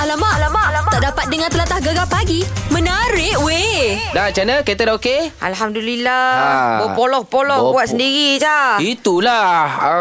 Alamak, alamak, alamak. Tak dapat dengar telatah gegar pagi. Menarik weh. Dah macam mana? Kereta dah okey? Alhamdulillah. Ah. Ha. Berpoloh-poloh Berpo- buat sendiri je. Itulah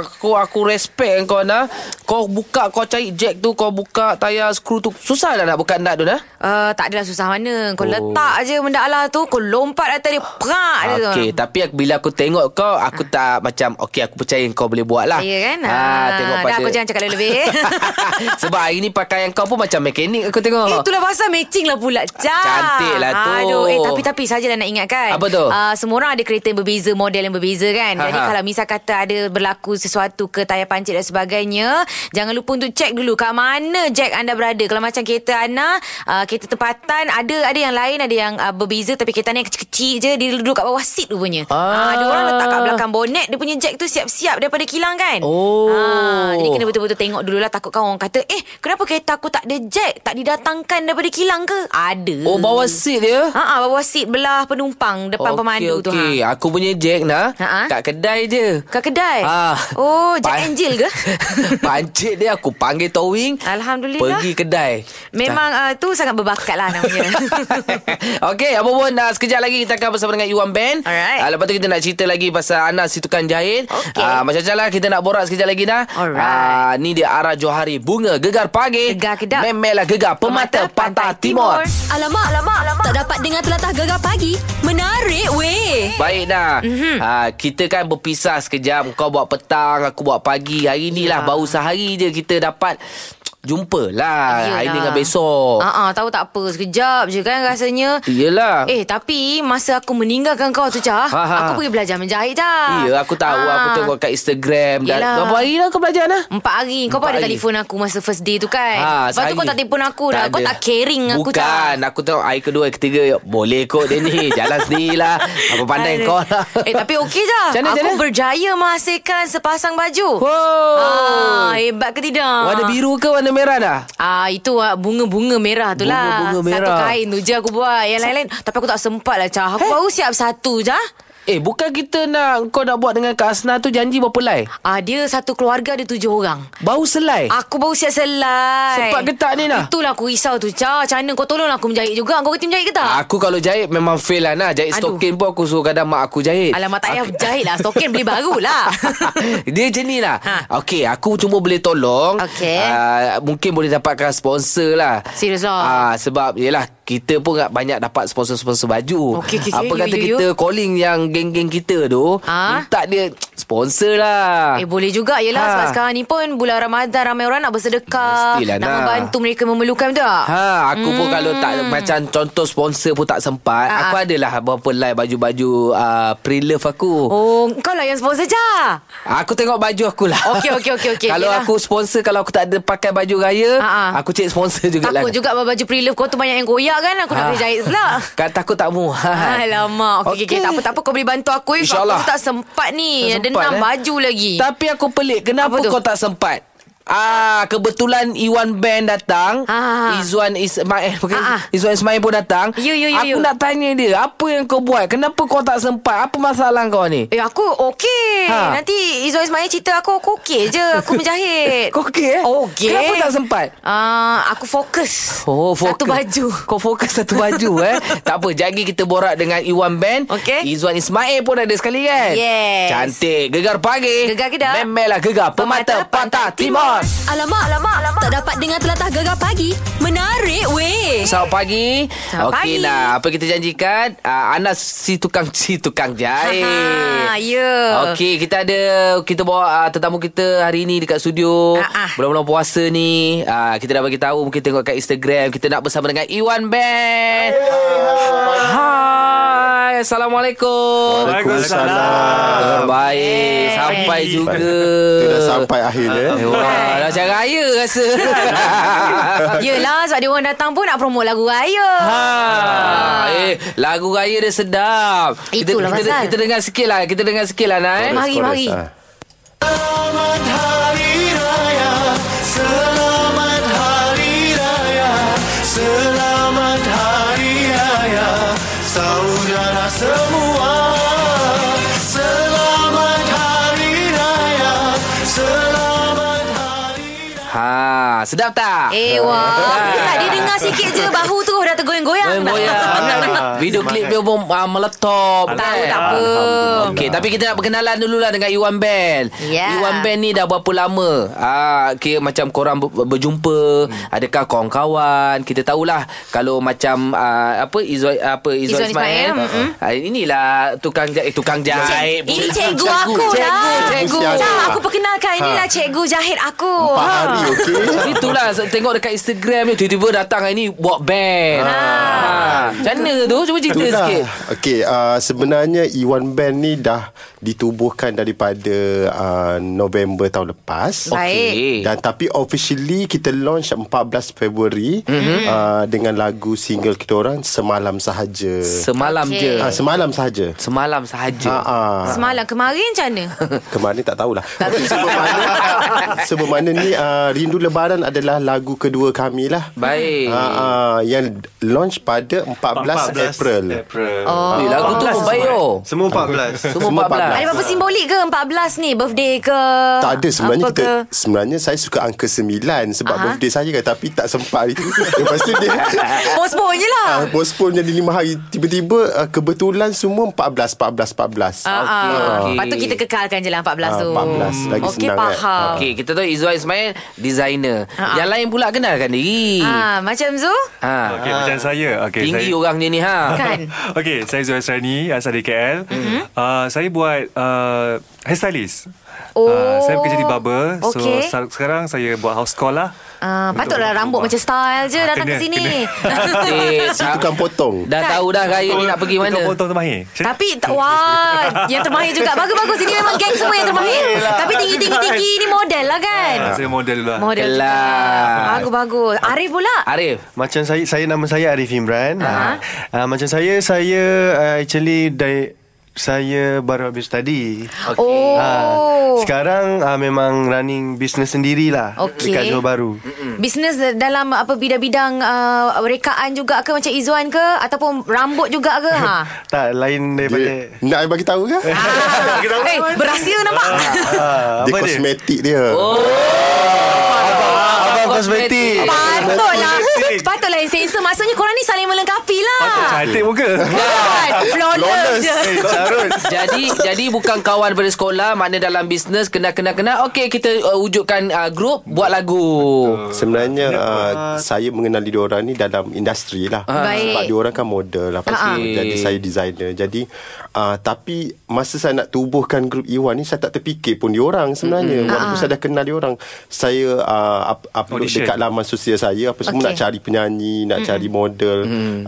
Aku aku respect kau nak Kau buka Kau cari jack tu Kau buka tayar skru tu Susah lah nak buka nut tu nah Uh, tak adalah susah mana. Oh. Kau oh. letak je benda Allah tu. Kau lompat atas dia. Perak dia tu. Okey, tapi aku, bila aku tengok kau, aku tak macam okey aku percaya kau boleh buat lah. Ya kan? Ah, tengok dah pada. kau jangan cakap lebih. Sebab hari ni pakaian kau pun macam mekanik aku tengok. Eh, Itulah pasal matching lah pula Jah. Cantik lah tu. Aduh eh, Tapi-tapi sajalah nak ingatkan Apa tu? Uh, semua orang ada kereta yang berbeza Model yang berbeza kan Ha, Jadi ha. kalau misal kata Ada berlaku sesuatu ke Tayar pancit dan sebagainya Jangan lupa untuk cek dulu Kat mana jack anda berada Kalau macam kereta Ana uh, Kereta tempatan Ada ada yang lain Ada yang uh, berbeza Tapi kereta Ana yang kecil-kecil je Dia duduk kat bawah seat rupanya Ah. ah. Ada orang letak kat belakang bonet Dia punya jack tu siap-siap Daripada kilang kan Oh. Ah, Jadi kena betul-betul tengok dulu lah Takut kan orang kata Eh kenapa kereta aku tak ada jack Tak didatangkan daripada kilang ke Ada Oh, bawah seat dia. Ha, bawah seat belah penumpang Okey, Depan okay, pemandu okay. tu okey. ha. Aku punya jack nah. Ha-ha. Kat kedai je. Kat kedai Ah. Oh Jack Pa- Angel ke Pancit dia aku panggil towing. Alhamdulillah. Pergi kedai. Memang uh, tu sangat berbakat lah namanya Okey, apa pun uh, sekejap lagi kita akan bersama dengan Iwan Band. Alright. Uh, lepas tu kita nak cerita lagi pasal Anas si tukang jahit. Okey. Uh, macam-macam lah kita nak borak sekejap lagi dah. Alright. Uh, ni dia Ara Johari Bunga Gegar Pagi. Gegar Kedah. Memelah Gegar Pemata, Pantai, Timur. Timur. Alamak, alamak, alamak. Tak dapat dengar telatah gegar pagi. Menarik weh. Baik dah Mhm. mm-hmm. ha, Kita kan berpisah sekejap Kau buat petang Aku buat pagi Hari ni lah Ya. Baru sehari je kita dapat Jumpa lah Hari ni dengan besok Ha ah, tahu tak apa sekejap je kan rasanya. Yelah Eh tapi masa aku meninggalkan kau tu Ha, Cah, ha. aku pergi belajar menjahit dah. Ya aku tahu Aku tengok kat Instagram Dah ah. Yelah. berapa hari dah kau belajar dah Empat hari Empat Kau pun ada hari. telefon aku Masa first day tu kan Ha, Lepas tu kau sehari. tak telefon aku dah Kau ada. tak caring aku Bukan Aku tengok hari kedua hari ketiga Boleh kot dia ni Jalan sendirilah Apa pandai Aduh. kau lah Eh tapi okey je Macam mana, Aku macam mana? berjaya menghasilkan sepasang baju Wow ah, Hebat ke tidak Warna biru ke warna merah dah Ah itu ah, bunga-bunga merah tu lah. Bunga-bunga merah. Satu kain tu je aku buat. Yang lain-lain tapi aku tak sempat lah Cah. Aku baru siap satu je. Eh bukan kita nak Kau nak buat dengan Kak Asna tu Janji berapa lai Ah dia satu keluarga ada tujuh orang. Bau selai Aku baru siap selai. Sempat ke tak ni, Nah? Itulah aku risau tu Cah. Macam mana kau tolong aku menjahit juga. Kau kerti menjahit ke tak? Ah, Aku kalau jahit memang fail lah nah. Jahit Aduh. stokin pun aku suruh kadang mak Eh, aku jahit. Alamak tak payah jahit lah. Stokin beli baru lah. Dia macam ni lah Ha. Okay Aku cuma boleh tolong Okey. uh, Mungkin boleh dapatkan sponsor lah Serius uh, lah? Sebab Yelah Kita pun tak banyak dapat Sponsor-sponsor baju Okey, okey, okey. Apa You, kata you, kita Calling yang geng-geng kita tu Ha? Minta dia Sponsor lah Eh boleh juga Yelah Ha. ha. sebab sekarang ni pun Bulan Ramadan Ramai orang nak bersedekah Mestilah, Nak Nah. membantu mereka memerlukan betul tak? Ha, aku hmm. pun kalau tak macam contoh sponsor pun tak sempat, Ah, aku ah. adalah beberapa line baju-baju uh, pre-love aku. Oh kau lah yang sponsor je Aku tengok baju aku lah Okey, okey, okey, okey. Kalau Yelah. aku sponsor Kalau aku tak ada pakai baju raya Ha, ha. Aku cek sponsor juga lah Takut juga baju pre-love kau tu banyak yang goyak kan Aku nak Ah. kena jahit pula Kan takut tak muat Alamak okay, okay. okay, Tak apa, tak apa kau boleh bantu aku eh, sebab InsyaAllah. Aku tu tak sempat ni Tak Ada sempat, enam eh. baju lagi Tapi aku pelik Kenapa Apa tu? kau tak sempat Ah, kebetulan Iwan Band datang. Ah. Izwan Ismail, bukan Ah, ah. Izwan Ismail pun datang. Ya, ya, ya, Aku ya. nak tanya dia, apa yang kau buat? Kenapa kau tak sempat? Apa masalah kau ni? Eh aku okey Ha. Nanti Izwan Ismail cerita aku Aku okey je Aku menjahit Kau okey eh? Okey Kenapa tak sempat? Ah, Aku fokus Oh, fokus. Satu baju Kau fokus satu baju eh. tak apa, jadi kita borak dengan Iwan Band. Okey. Izwan Ismail pun ada sekali kan? Yes. Cantik. Gegar pagi. Gegar Kedah. Memelah gegar. Pemata, Pemata Pantai Pantai Timur. Alamak, alamak, alamak. Tak dapat dengar telatah gegar pagi. Menarik weh. Selamat pagi. Selamat Okey pagi. lah, apa kita janjikan? Uh, Anas si tukang si tukang jahit. Ha, ya. Eh. Okey, kita ada kita bawa uh, tetamu kita hari ini dekat studio. Ah, ah. Bulan-bulan puasa ni, uh, kita dah bagi tahu mungkin tengok kat Instagram, kita nak bersama dengan Iwan Band. Hai, Assalamualaikum. Waalaikumsalam. Baik, sampai juga. Kita dah sampai akhir ya. Eh, Wah, dah macam raya rasa. Yelah sebab dia orang datang pun Nak promote lagu raya Ah, Ha. Eh, lagu raya dia sedap. Itulah kita, kita, pasal. kita dengar sikit lah. Kita dengar sikit lah, Nai. Mari. mari. Selamat Hari Raya Selamat Hari Raya Selamat Hari Raya Saudara semua Selamat Hari Raya Selamat Hari Raya Ha, sedap tak? Eh wah Aku tak Keluar sikit je Bahu tu dah tergoyang-goyang dah. Goyang-goyang Oh, ya. Video klip dia pun ah, meletup kan? Tak apa, tak apa. Okey, tapi kita nak berkenalan dululah dengan Iwan Band. Ya. Iwan Band ni dah berapa lama? Ah, kira macam korang ber- berjumpa, Hmm. adakah kawan-kawan? Kita tahulah kalau macam ah, apa Izwan apa Izwan Izwan Ismail, Ismail. mm-mm. Ah, inilah tukang jahit, eh, tukang jahit. Ini pula. cikgu Ha. aku lah Cikgu, Mesti ada. Cak, aku perkenalkan Inilah cikgu jahit aku Ha. Empat Ha. hari okey Itulah se- tengok dekat Instagram ni tiba-tiba datang hari ni buat band. Ah. Ha. Macam mana tu? Cuba cerita Itulah. sikit. Okey, uh, sebenarnya Iwan Band ni dah ditubuhkan daripada uh, November tahun lepas. Baik. Okey. Dan tapi officially kita launch 14 Februari mm-hmm. uh, dengan lagu single kita orang Semalam Sahaja. Semalam Okey. je. uh, semalam sahaja. Semalam sahaja. Ha ah. Semalam kemarin macam mana? Kemarin tak tahulah Tapi sebab mana Sebab mana ni uh, Rindu Lebaran adalah lagu kedua kami lah Baik. Eh. uh, uh, Yang launch pada 14, 14 April April. Oh. Eh, lagu tu 14 pun baik, semua, oh. eh. Semua 14. Semua Semua 14. Ada apa-apa simbolik ke 14 ni? Birthday ke? Tak ada sebenarnya apa kita, ke? Sebenarnya saya suka angka 9 Sebab Aha. birthday saya kan Tapi tak sempat hari tu Lepas tu dia Postpone je lah Uh, postpone jadi 5 hari Tiba-tiba uh, Kebetulan semua 14 14 14 Ah, ah. okey. Lepas tu kita kekalkan je lah 14 tu Ah, 14 lagi Okey senang, eh. faham Okey, kita tahu Izwan Ismail designer. Ha, ha. Yang lain pula kenalkan diri. Ah, Macam Zu Ha. Okey, macam saya. Okey, Tinggi saya. oh. orang dia ni ha. Kan Okey, saya Zuhair Serani, asal dari KL. Mm-hmm. Uh, saya buat uh, hairstylist. Oh. Uh, saya bekerja di barber. Okey. So, sa- sekarang saya buat house call lah. Ah, patutlah Untuk- rambut macam style je Ah, datang kena, ke sini. Okey, sa- Tukang potong Eh, dah tahu dah raya ni nak pergi mana. Tukar potong tu mahir. Tapi tak- wah, yang termahir juga. Bagus-bagus ini memang geng semua yang termahir. Tapi tinggi-tinggi tinggi ni model lah kan. Ah, saya model lah. Model juga. Kelas. Bagus-bagus. Arif pula. Arif. Macam saya saya nama saya Arif Imran. Aha. Uh-huh. Uh, macam saya saya uh, actually dari saya baru habis study. Oh. Ah, sekarang uh, memang running business sendirilah Okey. dekat Johor Bahru. Bisnes dalam apa bidang-bidang uh, rekaan juga ke macam Izwan ke ataupun rambut juga ke ha? Tak lain dia, daripada Nak bagi tahu ke Ah, eh, berhasil nampak. Ah, Dia apa dia? kosmetik dia Oh, Abang kosmetik. Ah, Patutlah Patutlah yang sensor Maksudnya korang ni saling melengkapi lah Patut cantik muka. Kan? Flawless je Eh, Charul. Jadi jadi bukan kawan daripada sekolah, makna dalam bisnes kena kena kena. Okey, kita uh, wujudkan uh, grup buat lagu. Sebenarnya uh, saya mengenali diorang ni dalam industri lah. Ah. Baik. Sebab diorang kan model apa Ah, semua. Jadi saya designer. Jadi uh, tapi masa saya nak tubuhkan grup Iwan ni saya tak terfikir pun diorang sebenarnya. Walaupun Ah. saya dah kenal diorang. Saya uh, up- upload Audition. dekat laman sosial saya apa semua Okey. nak cari penyanyi, nak cari model,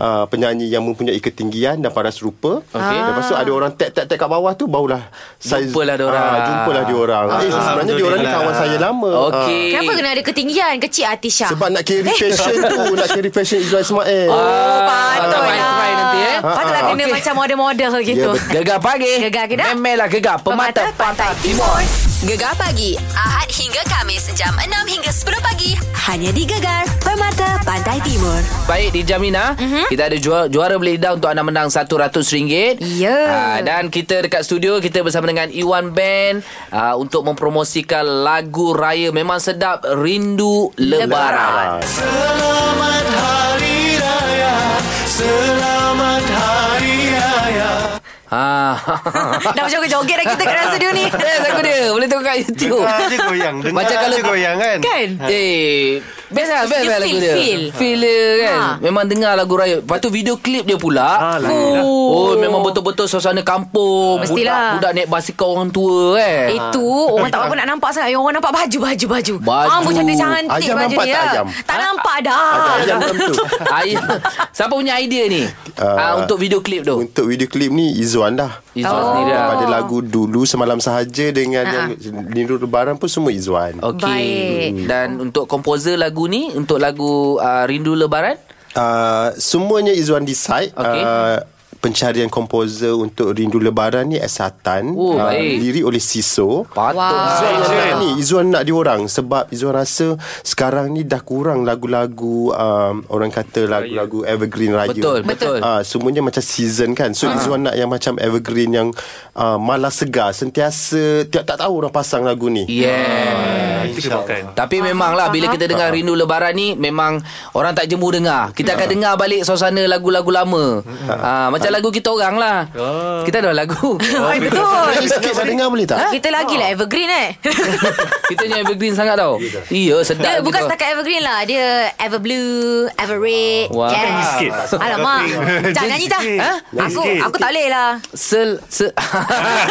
uh, penyanyi yang mempunyai ketinggian dan paras rupa. Okey. Lepas tu ada orang tag tag tag kat bawah tu barulah saya Jumpalah diorang. Ah, jumpalah diorang. Eh sebenarnya diorang ni kawan saya lama. Ah. Okey. Kenapa kena ada ketinggian Kecil hati Syah Sebab nak carry Eh. fashion tu Nak carry fashion Izwan Ismail Ah. Oh, tak patutlah payah try nanti, eh. Patutlah Ah, kena okey. macam model-model gitu Ya, betul. Gegar pagi. Gegar ke tak? Memelah gegar pemata, pantai timur. Gegar pagi Ahad hingga Kamis Jam 6 hingga 10 pagi Hanya di Gegar Permata Pantai Timur Baik di Jamina mm-hmm. Kita ada juara, juara beli lidah Untuk anda menang RM100 Ya. Ah, Dan kita dekat studio Kita bersama dengan Iwan Band uh, Untuk mempromosikan lagu raya Memang sedap Rindu Lebaran, Lebaran. Selamat Hari Raya. Selamat Hari Raya. Ah. Dah macam joget dah kita kat dalam studio ni Yes aku dia Boleh tengok kat YouTube Dengar je goyang. Dengar Macam kalau je goyang kan? Kan? Eh Best lah Best Dia lah feel, lagu dia feel. Feel dia kan Ha. Memang dengar lagu raya Lepas tu video klip dia Ah, pula lain lah. Oh memang betul-betul Suasana kampung Mestilah. Eh. Budak, budak naik basikal orang tua kan Itu Orang tak apa nak nampak sangat Yang orang nampak baju Baju Baju Baju. Ambo cantik-cantik Ayam baju nampak dia tak ayam? Tak nampak dah Yang dalam tu Ayah, siapa punya idea ni? Uh, Ah, uh, untuk video klip tu. Untuk video klip ni Izwan dah Izwan Oh. sendiri Ah. lah. Pada lagu dulu Semalam Sahaja Dengan yang Lindu Lebaran pun Semua Izwan Okey. Baik. Dan untuk komposer lagu ni, untuk lagu uh, Rindu Lebaran, uh, Semuanya Izwan decide Okey. uh, Pencarian komposer Untuk Rindu Lebaran ni Esatan Oh, Ah, baik. Diri oleh Siso patut. Wow. Izzuan yang nak Agent. ni Izzuan nak diorang Sebab Izzuan rasa Sekarang ni dah kurang lagu-lagu um, Orang kata lagu-lagu evergreen raya Betul, betul. Ah. Ah, Semuanya macam season kan So Izzuan nak yang macam evergreen Yang uh, malas segar Sentiasa tiap, Tak tahu orang pasang lagu ni Ah, Yeah. Itu kebaikan. Tapi Ah, memanglah bila kita dengar rindu lebaran ni memang orang tak jemu dengar. Kita Ah. akan dengar balik suasana lagu-lagu lama. Ha, macam lagu kita orang lah. Ah. Kita ada lagu. Oi, betul. Sikit saya dengar boleh tak? Kita Ah. lagi lah evergreen eh. kita ni evergreen sangat tau. Iya, sedap. Dia kita. bukan setakat evergreen lah. Dia ever blue, ever red. Oh. Wah. Nyanyi sikit. Alamak. Jangan nyanyi dah. sikit. Ha? Nyanyi Aku sikit. aku tak boleh lah. Sel, sel.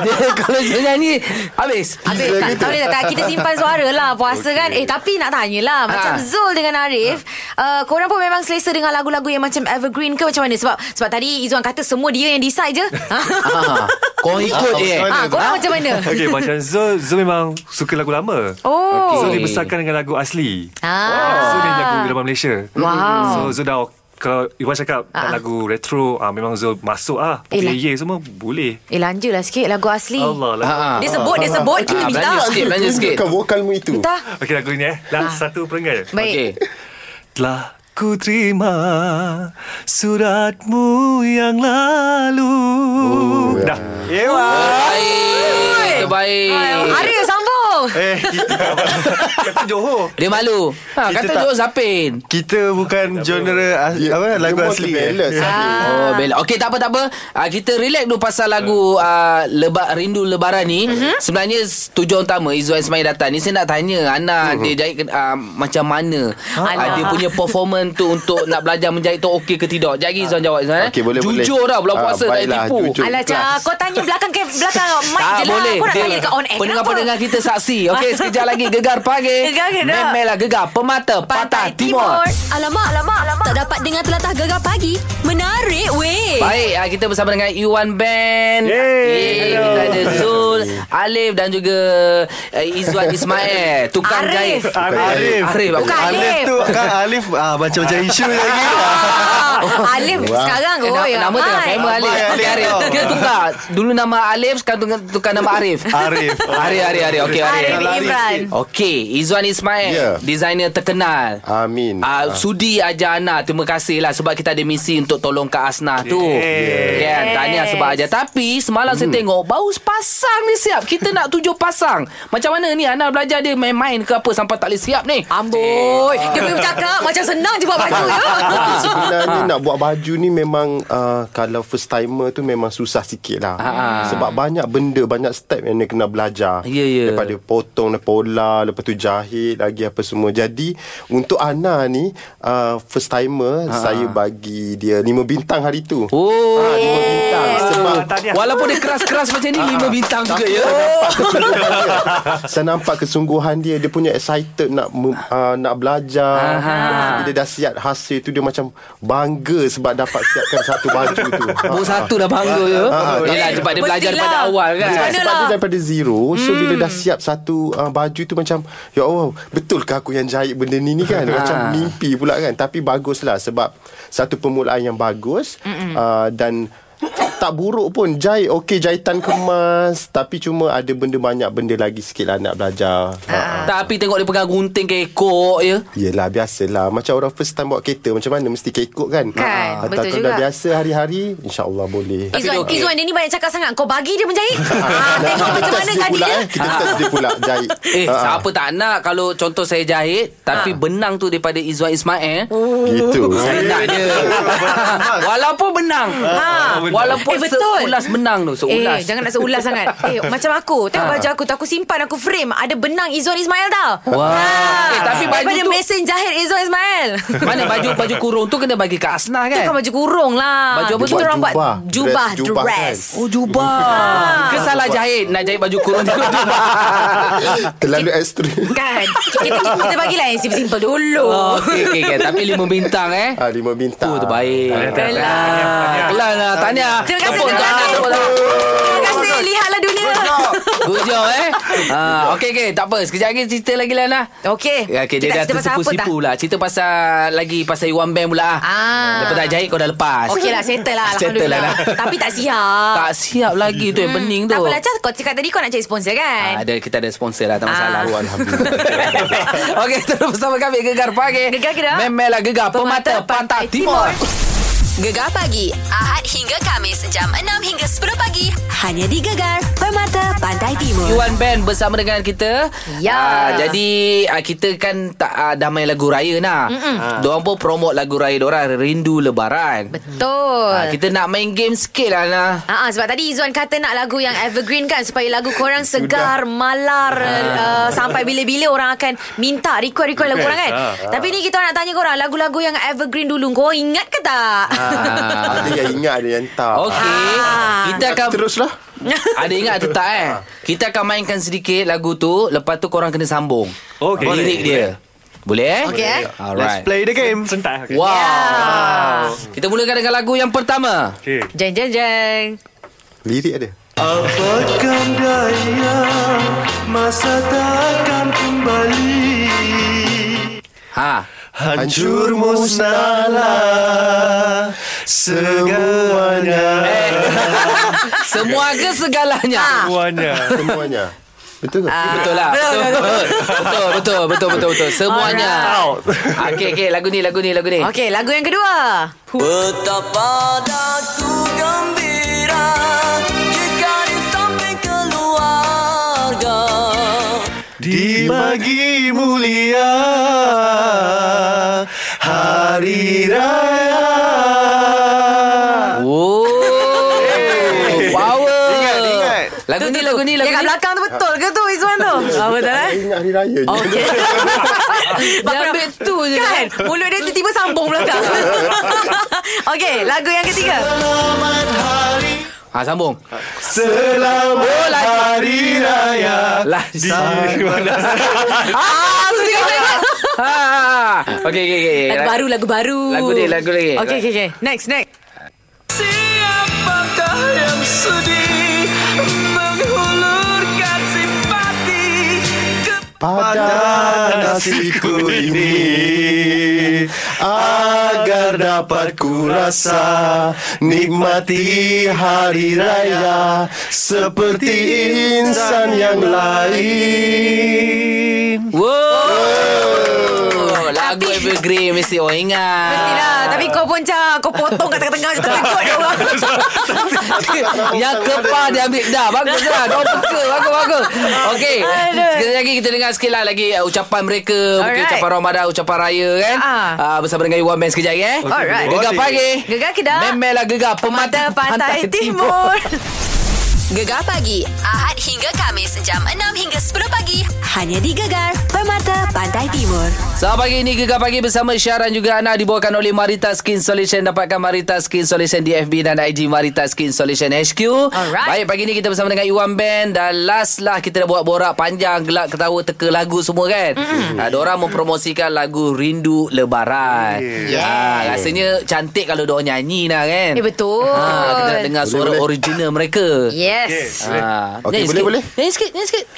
dia kalau dia nyanyi habis. Habis tak, tak boleh tak, tak Kita simpan suara lah Puasa okay. kan Eh tapi nak tanyalah Macam Ha. Zul dengan Arif uh, Korang pun memang selesa Dengan lagu-lagu yang macam Evergreen ke macam mana Sebab sebab tadi Izzuan kata Semua dia yang decide je Ha, Ha, kau ikut je. Ah, ha korang macam mana Okay macam Zul Zul memang suka lagu lama Oh Zul Okay. dibesarkan dengan lagu asli Ah. Zul ni lagu drama Malaysia Wow. So Zul dah Kalau Iwan cakap nak lagu retro ah, Memang Zul masuk ah Eh, lah. Ye semua boleh Eh lanjut lah sikit Lagu asli Allah lah Ah, Ha. Dia sebut Dia sebut Kita Ah, minta belanja sikit, belanja sikit. Tunjukkan vokalmu itu. Minta ah. Okey lagu ni eh Ah. Lah satu perenggan Baik Okey. Telah ku terima Suratmu yang lalu oh, ya. Dah Baik, terbaik. Arif sambung Eh, kita, Kata Johor Dia malu. Ha, Kita kata tak- Jok Zapin. kita bukan genre as, Ya, dia apa, lagu more asli. to Eh. balance, Safi. Ah. Oh bela. Okey tak apa tak apa. Uh, kita relax dulu pasal lagu uh, leba, rindu lebaran ni. Mm-hmm. Mhm. Sebenarnya s- tujuan utama Izwan Ismail datang ni saya nak tanya Mhm. Ana mm-hmm. dia jahit ke- uh, macam mana? Ha? Uh, dia punya performance tu untuk nak belajar menjahit tu okey ke tidak? Jadi Izwan jawab Izwan. eh. Okey, boleh, jujur boleh. Jujur dah bulan Ah, puasa tak baiklah, tipu. jujur. Alah Cah Kelas. Kau tanya belakang ke, Belakang mic je Tak lah boleh Kau nak Dia- tanya dekat on air Pendengar-pendengar kita saksi Okey sekejap lagi Gegar pagi Gegar ke tak? Memelah gegar Pemata Patah Timur Alamak, alamak, alamak. Tak dapat dengar telatah gegar pagi. Menarik weh. Baik, ah, kita bersama dengan Iwan Band. Yeay. Yeay, Hello. Kita ada Zul, Alif dan juga uh, Izwan Ismail. Tukang Arif. jahit. Arif. Arif. Arif. Bukan Arif. Alif Alif. tu kan Alif ah, macam-macam isu lagi. Ah, Alif sekarang Eh, oh, nama, ya, nama tengah ramai. famous Alif. Ramai Okey, Alif Arif. tau. Kita tukar. Dulu nama Alif, sekarang tukar, tukar nama Arif. Arif. Arif, Arif, Arif. Okey, Arif Arif. Imran Okey, Izwan Ismail, Ya. designer terkenal. Amin. Ah, sudi ajar Ana Terima kasih lah Sebab kita ada misi Untuk tolong Kak Asnah tu yes. Hmm. Kan Tahniah sebab ajar Tapi semalam saya tengok Baru sepasang ni siap Kita nak tujuh pasang Macam mana ni Ana belajar dia main-main ke apa Sampai tak boleh siap ni Ah, Amboi Dia boleh bercakap Macam senang je buat baju ya Tapi sebenarnya nak buat baju ni memang uh, kalau first timer tu memang susah sikit lah. Ha. Sebab banyak benda, banyak step yang dia kena belajar. Ya, ya. Daripada potong, dan pola, lepas tu jahit lagi apa semua. Jadi untuk Ana ni uh, first timer saya bagi dia 5 bintang hari tu. Ah, Oh Ha, 5 bintang sebab Ah, Tahniah Walaupun dia keras-keras macam ni Lima bintang juga ya saya nampak kesungguhan dia dia punya excited nak mem- uh, nak belajar Aha. Bila dia dah siap hasil tu dia macam bangga sebab dapat siapkan satu baju tu Ha. Baru satu dah bangga ya Yelah sebab dia belajar Mestilah. daripada awal kan Macam sebab mana lah? Hmm. dia daripada zero So bila dah siap satu uh, baju tu macam Ya Allah Betulkah aku yang jahit benda ni ni Ha. kan Macam mimpi pula kan Tapi baguslah sebab Satu permulaan yang bagus uh, Dan tak buruk pun jahit okey jahitan kemas tapi cuma ada benda banyak benda lagi sikit lah nak belajar Ah. ha. Tapi tengok dia pegang gunting ke ekor ya Yelah biasalah Macam orang first time bawa kereta Macam mana mesti kekok kan Kan, Ah, betul Kalau juga. dah biasa hari-hari InsyaAllah boleh Tapi Izzuan, dia okey. Izzuan dia ni banyak cakap sangat Kau bagi dia menjahit ah, Kita Tengok macam test mana dia tadi pula, dia eh. Kita test dia pula jahit Eh, Ha, ha. siapa tak nak kalau contoh saya jahit tapi benang tu daripada Izwan Ismail Gitu saya nak dia. Walaupun benang. Ha. Walaupun Eh, betul. seulas benang tu, seulas. Eh jangan nak seulas sangat Eh macam aku Tengok Ah. baju aku tu Aku simpan aku frame Ada benang Izzuan Ismail tau Wah. Ah, Eh, tapi baju Daripada tu- mesin jahit Izzuan Ismail Mana baju baju kurung tu kena bagi kat Asnah Itu kan? kan baju kurung lah Baju apa Kita tu? orang buat Jubah. Jubah Dress, jubah kan? Dress Oh jubah. Ke salah jahit nak jahit baju kurung tu jubah. Terlalu ekstrim Kan Kita, kita bagilah yang simple-simple dulu Oh, okey okey okay. tapi lima bintang eh. Ah, lima bintang Oh terbaik. Kelah. Kelah lah. Tahniah. Terima kasih, Tepuk terima untuk Ana, kasih. tepuk untuk Ana. Terima kasih Lihatlah dunia Bujur eh. Ah, okey okey, tak apa. Sekejap lagi cerita lagi lah Nah. Okey Ya, okay, dia dah tersipu-sipu lah. Cerita pasal lagi pasal Iwan Band pula. Ah. Ah. Lepas tak jahit kau dah lepas. Okey lah settle lah Settle lah, Alhamdulillah lah. Tapi tak siap Tak siap lagi tu yang pening tu. Tak apalah Cas Kau Hmm. cakap tadi kau nak cari sponsor Ah, kan ada kita ada sponsor lah tak masalah. Oh, Ah. Alhamdulillah Okey, terus bersama kami Gegar Pagi. Gegar kita. Memelah Gegar Pemata, Pantai Timur. Gegar pagi Ahad hingga Kamis jam 6 hingga 10 pagi Hanya di Gegar Permata Pantai Timur Iwan Band bersama dengan kita. Ya. Ah, jadi uh, kita kan tak uh, dah main lagu raya nah. Uh. Diorang pun promote lagu raya diorang Rindu Lebaran. Betul. Ah, kita nak main game sikit lah Nah. Ah, ah, sebab tadi Izwan kata nak lagu yang evergreen kan supaya lagu korang segar, malar Ah. uh, sampai bila-bila orang akan minta request-request Request, lagu korang kan. ah. Tapi ni kita nak tanya korang lagu-lagu yang evergreen dulu. Kau ingat ke tak? Ah. Ah. Ada yang ingat Ada yang tak Okey. Ah. Kita akan Teruslah Ada ingat atau tak eh? Ah. Kita akan mainkan sedikit lagu tu, lepas tu korang kena sambung. Okey. Lirik dia. Boleh eh? Okey, eh? Ya. Let's Alright. play the game. Sentak. Okay. Wow. Kita mulakan dengan lagu yang pertama. Okay. Jeng jeng jeng. Lirik ada Apakah daya masa takkan kembali Ha. Hancur musnahlah semuanya Semua ke Ha. segalanya? Semuanya. Eh, Semuanya Betul ke? Betul lah Betul Betul Betul Betul betul betul Semuanya Ah, Okey okey lagu ni lagu ni lagu ni Okey, lagu yang kedua. Betapa aku gembira jika di samping keluarga. di pagi mulia hari raya. Oh Power Ingat, ingat. Lagu ni lagu ni lagu Yang kat ni belakang tu betul ke tu Izwan tu? Ah, betul eh? Saya ingat hari raya Oh, je Okey. Dia ambil tu je kan? Mulut dia tiba-tiba sambung belakang. Okey, lagu yang ketiga. Ha sambung Oh, Selamat lagu- hari raya. Lah Ah, tu dia kata. kan? Ha Okey okey okey Lagu baru, lagu baru. Lagu ni, lagu ni. Okey, okey, okey. Next, next. Siapakah yang sedih menghulurkan simpati ke Pada nasiku ini agar dapat ku rasa nikmati hari raya seperti insan yang lain. Wow Lagu Tapi- Evergreen Mesti orang ingat Mestilah. Tapi kau pun, Cah. Kau potong kat tengah-tengah. Macam takut dia orang. Yang kepah dia ambil dah Bagus lah Kau peka Bagus bagus Okey Aduh. Sekali lagi kita dengar sikit lah Lagi uh, ucapan mereka Mungkin Alright. ucapan Ramadan Ucapan Raya kan Ah. uh, Bersama dengan Iwan Man sekejap eh Alright. Gegar Boleh. pagi Eh, Gegar Kedah. Memelah gegar Mata Pemata Pantai Timur. Gegar pagi Ahad hingga Kamis Jam 6 hingga 10 pagi Hanya di Gegar Permata Pantai Timur Selamat pagi ini Gegar Pagi bersama Syaran juga Ana dibawakan oleh Marita Skin Solution dapatkan Marita Skin Solution di FB dan IG Marita Skin Solution HQ. Alright. Baik pagi ni kita bersama dengan Iwan Band dan last lah kita dah buat borak panjang gelak ketawa teka lagu semua kan. Mm. Ha, diorang mempromosikan lagu Rindu Lebaran. Yeah. Ha, rasanya cantik kalau diorang nyanyi lah kan. Eh, betul. Ha, kita nak dengar suara boleh. original mereka. Yes. Ha, Okey, boleh, nyanyi sikit. boleh. Nyanyi sikit, nyanyi sikit.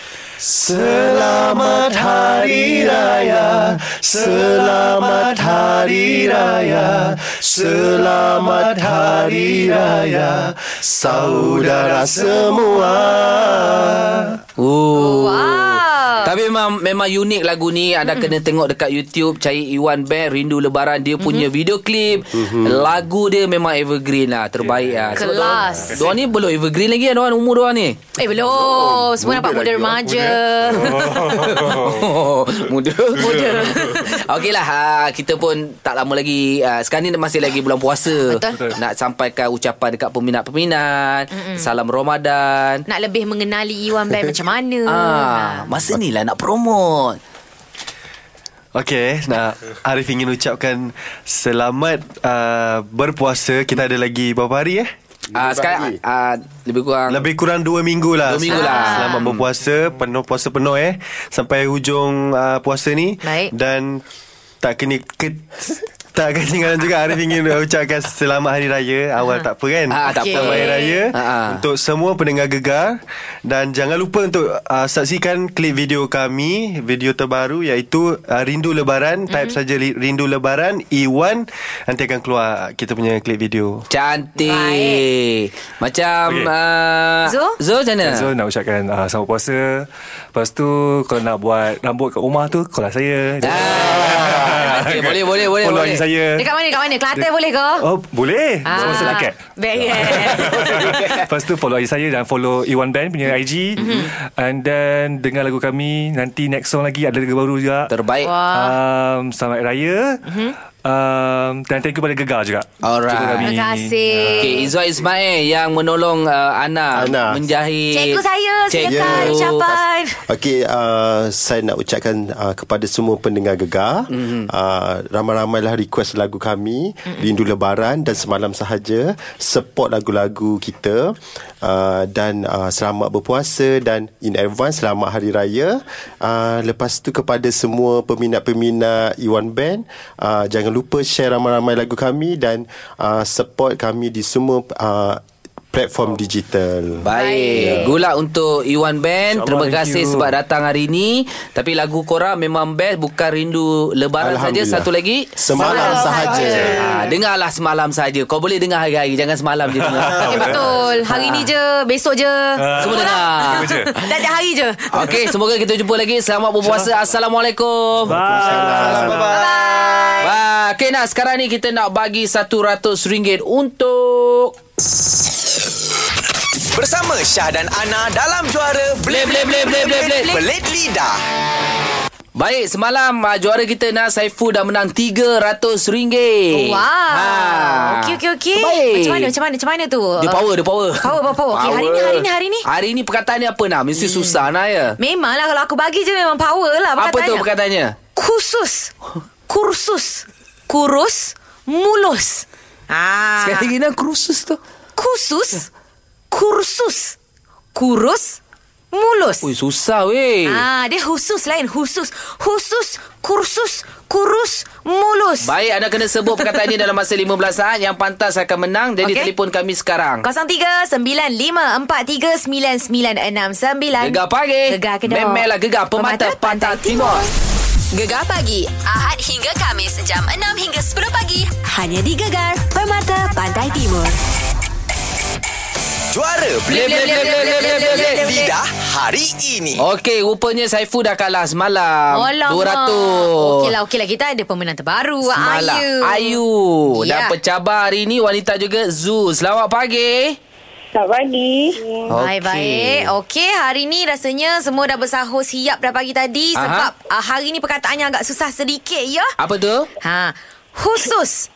Selamat Hari Raya, Selamat Hari Raya, Selamat Hari Raya, saudara semua. Oh. Wow. Hmm. Tapi memang memang unik lagu ni anda mm-hmm. kena tengok dekat YouTube cari Iwan Bear Rindu Lebaran dia punya Hmm. mm-hmm. video klip mm-hmm. lagu dia memang evergreen lah terbaik yeah. lah Sebab Kelas. diorang- diorang ni belum evergreen lagi kan diorang umur diorang ni Eh, belum. Semua nampak muda remaja. oh. muda muda Okey lah ah, kita pun tak lama lagi ah, sekarang ni masih lagi bulan puasa Betul. Betul. nak sampaikan ucapan dekat peminat-peminat mm-hmm. salam Ramadan Nak lebih mengenali Iwan Band macam mana. Mm. ah masa ni lah nak promote Okey, nak Arif ingin ucapkan selamat uh, berpuasa. Kita ada lagi berapa hari eh? Ah, sekarang ah, lebih kurang Lebih kurang 2 minggu lah Dua minggu lah. Selamat berpuasa Penuh puasa penuh eh Sampai hujung uh, puasa ni Baik. Dan Tak kena ke, Tak ketinggalan juga Arif ingin ucapkan Selamat Hari Raya Awal tak apa kan Ah, tak Okey. apa. Selamat Hari Raya Ah, ah. Untuk semua pendengar gegar Dan jangan lupa untuk uh, Saksikan klip video kami Video terbaru Iaitu uh, Rindu Lebaran Type Mm-hmm. saja Ri- Rindu Lebaran E1 Nanti akan keluar Kita punya klip video Cantik Macam Okey. uh, Zul? Zul macam mana? So nak ucapkan uh, Selamat puasa Lepas tu Kalau nak buat rambut kat rumah tu Call lah saya Ah, okay, boleh boleh boleh Follow boleh. saya. Ah. Dekat mana? Dekat mana? Kelantan boleh ke? eh. Oh, boleh. Ah. Sama selakat. Beres. Lepas tu follow IG saya dan follow Iwan Band punya IG. Mm-hmm. Mhm. And then dengar lagu kami. Nanti next song lagi ada lagu baru juga. Terbaik. Wah. Um, selamat Raya. Mhm. Mm-hmm. Um, dan thank you pada Gegar juga. Alright. Jumpa kami. Terima kasih. Okay, Izwa Ismail yang menolong uh, Ana, Ana. menjahit. Cikgu saya silakan Cikgu. ucapan. Okey, uh, saya nak ucapkan uh, kepada semua pendengar gegar, mm-hmm. uh, ramai-ramailah request lagu kami, mm-hmm. Rindu Lebaran dan Semalam Sahaja, support lagu-lagu kita uh, dan uh, selamat berpuasa dan in advance selamat Hari Raya. Uh, lepas tu kepada semua peminat-peminat Iwan Band, uh, jangan lupa share ramai-ramai lagu kami dan uh, support kami di semua uh, platform digital. Baik. Gula untuk Iwan Band. InsyaAllah, Terima thank kasih you. sebab datang hari ini. Tapi lagu korang memang best bukan rindu lebaran saja. Alhamdulillah. Satu lagi Semalam sahaja. Ha, dengarlah semalam saja. Kau boleh dengar hari-hari. Jangan semalam je dengar. Eh, betul. Hari ni je, besok je. Semua dengar. Semua je. Dah dah hari je. Okey, semoga kita jumpa lagi. Selamat berpuasa. Assalamualaikum. Bye. Wah, okay nak sekarang ni kita nak bagi RM100 untuk Bersama Syah dan Ana dalam juara Bleh, bleh, bleh, bleh, bleh, bleh. Belit Lidah. Baik, semalam uh, juara kita Nas Saiful dah menang RM300. Wow. Okey, okey, okey. Ha. Baik. Macam mana, macam mana, macam mana tu? Dia Uh, power, dia power. Power, power, power. Okey, hari ni, hari ni, hari ni. Hari ni perkataan dia apa nak? Mesti hmm. susah nak ya. Memanglah kalau aku bagi je memang power lah. Apa tu perkataannya. perkataannya? Khusus. Kursus. Kurus. Mulus. Ha. Ah. Sekali lagi nak kursus tu. Khusus. Kursus. Kurus. Mulus. Ui, susah weh. Ah, dia khusus lain. Khusus. Khusus. Kursus. Kurus. Mulus. Baik, anda kena sebut perkataannya dalam masa 15 saat. Yang pantas akan menang. Jadi Okey. telefon kami sekarang. 0395439969. Gegar pagi. Gegar Kedah. Memelah gegar pemata, pantai timur. Gegar pagi Ahad hingga Kamis jam 6 hingga 10 pagi hanya di Gegar Permata Pantai Timur. Juara Bleh, bleh, bleh, bleh, bleh, bleh, bleh, bleh. Belit Lidah hari ini. Okey, rupanya Saiful dah kalah semalam. Alamak. 200. Okeylah, okeylah. lah. Kita ada pemenang terbaru. Semalam. Ayu. Ayu. Dan Ya. pencabar hari ni wanita juga Zul. Selamat pagi. Selamat pagi. Okey. Baik-baik. Okey, hari ni rasanya semua dah bersahur siap dah pagi tadi. Aha. Sebab uh, hari ni perkataannya agak susah sedikit, ya? Apa tu? Ha. Khusus.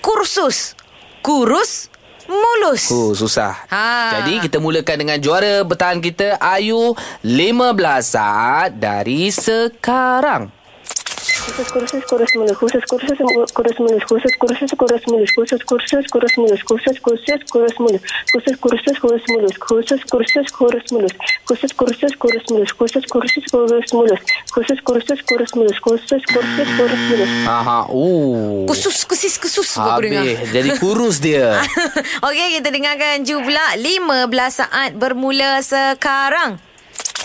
Kursus. Kurus. Mulus. Oh, susah. Ha. Jadi kita mulakan dengan juara bertahan kita Ayu 15 saat dari sekarang. Kursus kursus kursus mulus kursus kursus kursus mulus kursus kursus kursus mulus kursus kursus kursus mulus kursus kursus kursus mulus kursus kursus kursus mulus kursus kursus kursus mulus kursus kursus kursus mulus kursus kursus kursus mulus kursus kursus kursus mulus kursus kursus kursus mulus Aha. Oh. Kusus, kusis, kusus. buat aku dengar. Habis jadi kurus dia. Okey, kita dengarkan jumlah 15 saat bermula sekarang.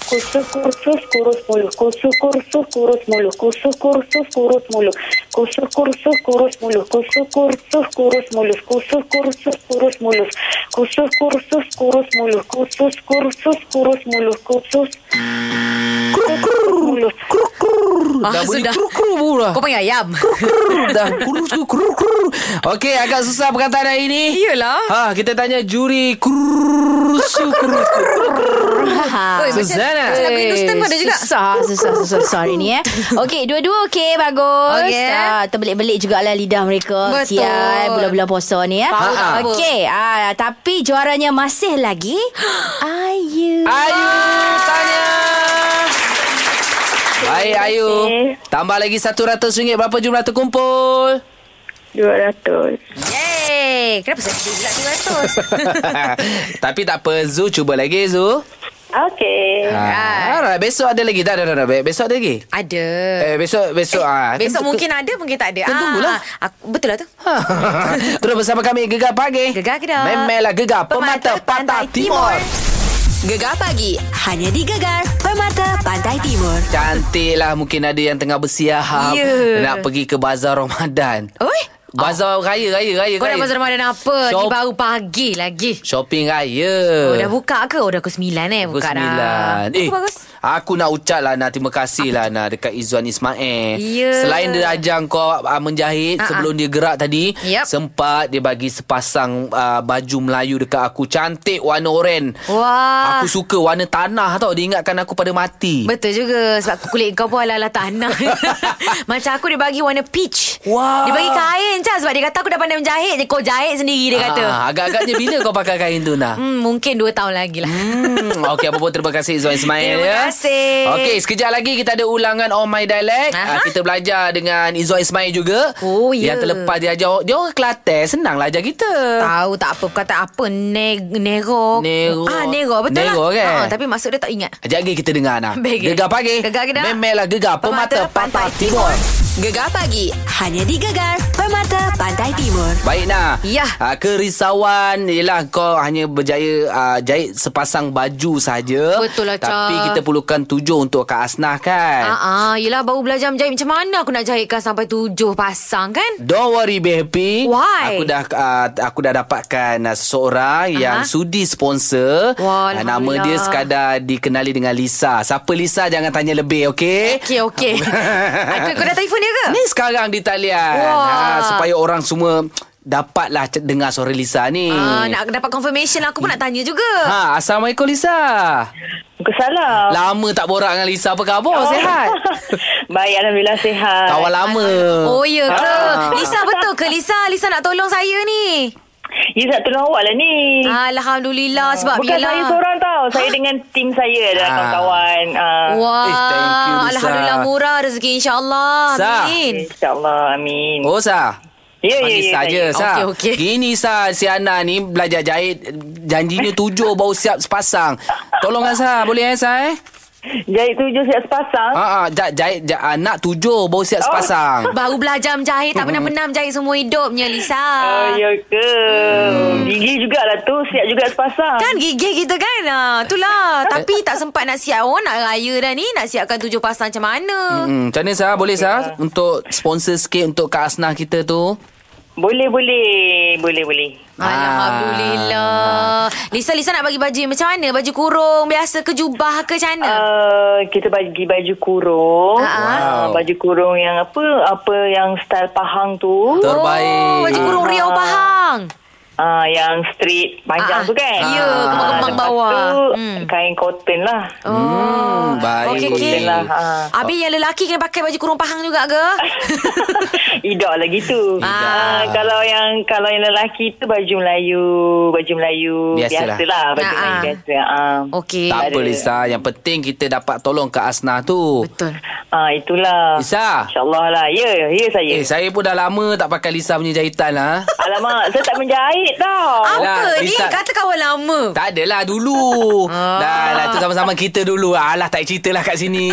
kursus kursus kursus mulus kursus kursus kursus mulus kursus kursus kursus mulus kursus kursus kursus mulus kursus kursus kursus mulus kursus kursus kursus mulus kursus kursus kursus mulus kursus kursus kursus mulus kursus mulus dah bunyi kru-kru pula. Ah, Kau panggil ayam. Krrr, dah kurus ku kurus kurus. Okey, agak susah perkataan hari ini. Iyalah. Ha, kita tanya juri kurus kurus. kurus. Ha. Oi, macam- Suzana. Macam lagu Hindustan pun ada juga. Susah, susah, susah, susah hari ni eh. Okey, dua-dua okey, bagus. Okey. Ah, terbelik-belik jugalah lidah mereka. Oh, ya. Betul. Sial, bulan-bulan puasa ni Ha, eh. Power, Ah, power. Okey, ah, tapi juaranya masih lagi. Ayu. Ayu tanya. Baik Ayu Tambah lagi RM100 Berapa jumlah terkumpul? dua ratus Yeay. Kenapa saya jadi pula 200? Tapi tak apa Zul Cuba lagi Zul okay ah, Alright Besok ada lagi Tak ada dah, dah, dah. Besok ada lagi ada. Eh besok Besok eh, ah, Besok tentu- mungkin ada, mungkin tak ada. Ah, Tentu pula. aku, betul lah tu. Terus bersama kami Gegar Pagi Gegar Kedah. Memelah Gegar Pemata, Pemata Pantai, Pantai Timur, Timur. Gegar pagi hanya di Gegar Permata Pantai Timur. Cantik lah Mungkin ada yang tengah bersiap Ya. Nak pergi ke bazar Ramadan Oi. Bazar raya, raya, raya. Oh. Kau dah raya. bazar Ramadan apa? Ni Shop- baru pagi lagi. Shopping raya. Oh, dah buka ke? Oh, dah pukul 9 eh. Pukul Buka sembilan. dah. Eh, Eh. Bagus. aku nak ucap lah Nah Terima kasih lah Nah Dekat Izzuan Ismail Ya. Selain dia ajar kau uh, Menjahit Ah, Sebelum dia gerak tadi Yep. Sempat dia bagi sepasang uh, Baju Melayu dekat aku Cantik warna oren Wah. Aku suka warna tanah tau Dia ingatkan aku pada mati Betul juga Sebab kulit kau pun ala-ala tanah Macam aku dia bagi warna peach Wah. Dia bagi kain je Sebab dia kata aku dah pandai menjahit je Kau jahit sendiri dia kata Ah, Agak-agaknya bila kau pakai kain tu Nah hmm, Mungkin 2 tahun lagi lah Hmm, okey apa pun terima kasih Izwan Ismail Terima ya. kasih. Okey, sekejap lagi kita ada ulangan On My Dialect. Ah, Aha. kita belajar dengan Izwan Ismail juga. Oh, ya. Yang terlepas dia ajar dia orang Kelantan, senanglah ajar kita. Tahu tak apa perkataan apa Neg- Nero Nero. ah, Nero betul Nero, lah kan? Ah, Tapi maksud dia tak ingat Sekejap lagi kita dengar nah. Baik. Gegar pagi. Gegar kita. Memelah gegar pemata, pantai, timur. Gegar pagi Hanya di Gegar Permata Pantai Timur Baik nah. Ya. Ah, kerisauan ialah kau hanya berjaya ah, jahit sepasang baju saja. Betul lah, Cha. Tapi kita perlukan tujuh untuk Kak Asnah kan. Ah, ah, yelah baru belajar menjahit Macam mana aku nak jahitkan Sampai tujuh pasang kan Don't worry be happy. Why? Aku dah uh, aku dah dapatkan uh, seseorang uh-huh. yang sudi sponsor. Wah, Ah, nama Alhamdulillah. dia sekadar dikenali dengan Lisa. Siapa Lisa jangan tanya lebih, okey? Okey okey Aku kau dah telefon dia ke Ni sekarang di talian. Wah. Ha, supaya orang semua dapatlah c- dengar suara Lisa ni. ah, Nak dapat confirmation lah Aku pun nak tanya juga Ha, Assalamualaikum Lisa. Bukan salah. Lama tak borak dengan Lisa. Apa khabar? Oh. Lah, Sehat? Baik, Alhamdulillah sihat. Kawan lama. Oh ya ke? Ah. Lisa betul ke Lisa? Lisa nak tolong saya ni. You nak tolong awak lah ni. Alhamdulillah sebab Bukan Mila. saya Eh, seorang tau. Saya dengan tim saya adalah Ah, Ah. kawan-kawan. Ah. Wah, Eh, thank you, Lisa. Alhamdulillah murah rezeki insya-Allah. Sah. Amin. InsyaAllah, amin. Oh Sah Ya, ya, Panggil ya, saja saya. Sah Okey, okey. Gini Sah Si Ana ni belajar jahit Janjinya tujuh baru siap sepasang Tolonglah Sah Boleh eh Sah eh Jahit tujuh siap sepasang. Ha ah, jahit, jahit, jahit ah, nak tujuh baru Oh. siap sepasang. Baru belajar menjahit tak pernah-pernah menjahit semua hidupnya Lisa. Oh, ya ke? Gigi jugalah tu, siap juga sepasang. Hmm. Kan gigih kita kan ah, Itulah Tapi tak sempat nak siap Oh nak raya dah ni Nak siapkan tujuh pasang macam mana Hmm, macam mana Sah? Boleh Sah? Untuk sponsor sikit untuk Kak Asnah kita tu. Boleh, boleh. Boleh, boleh. Ah. Alhamdulillah Lisa Lisa nak bagi baju yang macam mana Baju kurung Biasa ke jubah ke macam mana Uh, kita bagi baju kurung. Ya. Ah. Ah, Baju kurung yang apa? Apa yang style Pahang tu. Oh, Terbaik. baju kurung Riau Pahang. Ah, yang straight panjang Ah, tu kan? ya, Ah, kembang-kembang lepas bawah. tu, Hmm. kain cotton lah. Oh. Hmm, baik. Okey, okey. Boleh lah, ha. Habis yang lelaki kena pakai baju kurung Pahang juga ke? Idak lah gitu. Ah. Ah. kalau yang kalau yang lelaki tu baju Melayu, baju Melayu Biasalah. biasalah, baju Ah, Melayu ah. biasa. Ah. Okey. Tak apa Lisa. Yang penting kita dapat tolong Kak Asnah tu. Betul. Ah, itulah. Lisa. InsyaAllah lah. Ya, ya saya. Eh, saya pun dah lama tak pakai Lisa punya jahitan lah. Alamak, saya tak menjahit tau. Apa Alah, ni? Lisa- Kata kawan lama. Tak adalah dulu. Ah. Dah lah tu sama-sama kita dulu. Alah tak ceritalah kat sini.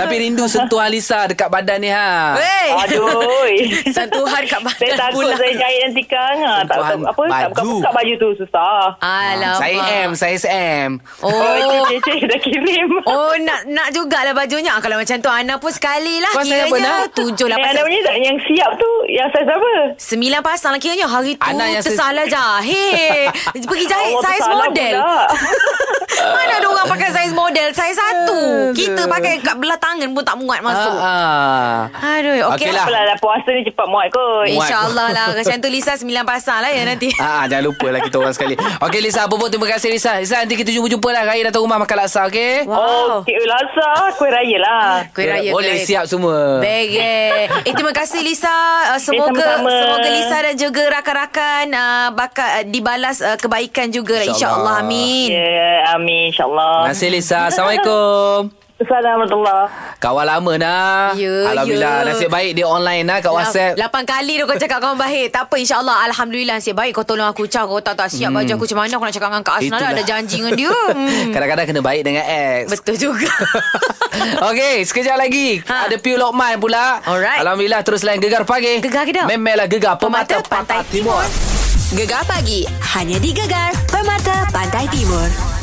Tapi rindu sentuhan Lisa dekat badan ni ha. Hey. Aduh. Sentuhan kat badan saya takut pula. saya jahit nanti kan. Ha, tak, tak, Sentuhan apa, tak baju. buka-buka baju tu susah. Alamak. Saya M, saya SM. Oh, Oh. cik, cik, dah kirim. Oh nak nak jugalah bajunya Ah, Kalau macam tu Ana pun sekali lah Kau saya Kiranya pernah? Tujuh Yang lapan ada punya tak? Yang siap tu, yang saiz apa? Sembilan pasang lah Kiranya hari tu Ana yang se- Tersalah jahit Pergi jahit Allah, lah Saiz Oh, tersalah model Mana ada orang pakai saiz model Saiz satu Kita pakai kat belah tangan pun tak muat Ha. masuk Aduh Okey Okey lah. lah Apalah dah puasa ni cepat muat kot. Muat. InsyaAllah lah Macam tu Lisa sembilan pasang lah ya nanti Ah, ah, jangan lupa lah kita orang sekali. Okey Lisa, apa pun terima kasih Lisa. Lisa nanti kita jumpa-jumpa lah. Raya datang rumah makan laksa, okey? Oh, Cik Ulasa, kuih raya lah. Kuih raya Boleh kuih raya. siap semua. Bege. Eh terima kasih Lisa. Uh, semoga Eh, sama-sama. semoga Lisa dan juga rakan-rakan uh, bakal uh, dibalas uh, kebaikan juga InsyaAllah. insya-Allah. Amin. Ya, amin Terima insyaAllah. kasih Lisa. Assalamualaikum. Assalamualaikum warahmatullahi Kawan lama nak. Ya, Alhamdulillah. ya. Nasib baik dia online nak kat WhatsApp. Lapan kali dah kau cakap kau baik. Tak apa insya-Allah alhamdulillah nasib baik kau tolong aku Cah. Kau tak tak siap baju aku macam mana aku nak cakap dengan Kak Asna dah Hmm. Itulah. ada janji dengan dia. Hmm. Kadang-kadang kena baik dengan ex. Betul juga. Okey, sekejap lagi Ha. ha. ada Piu Lokman pula. Alright. Alhamdulillah terus lain gegar pagi. Gegar Kedah. Memelah gegar pemata, Pemata pantai, Pantai timur. Timur. Gegar pagi Hanya di Gegar Permata Pantai Timur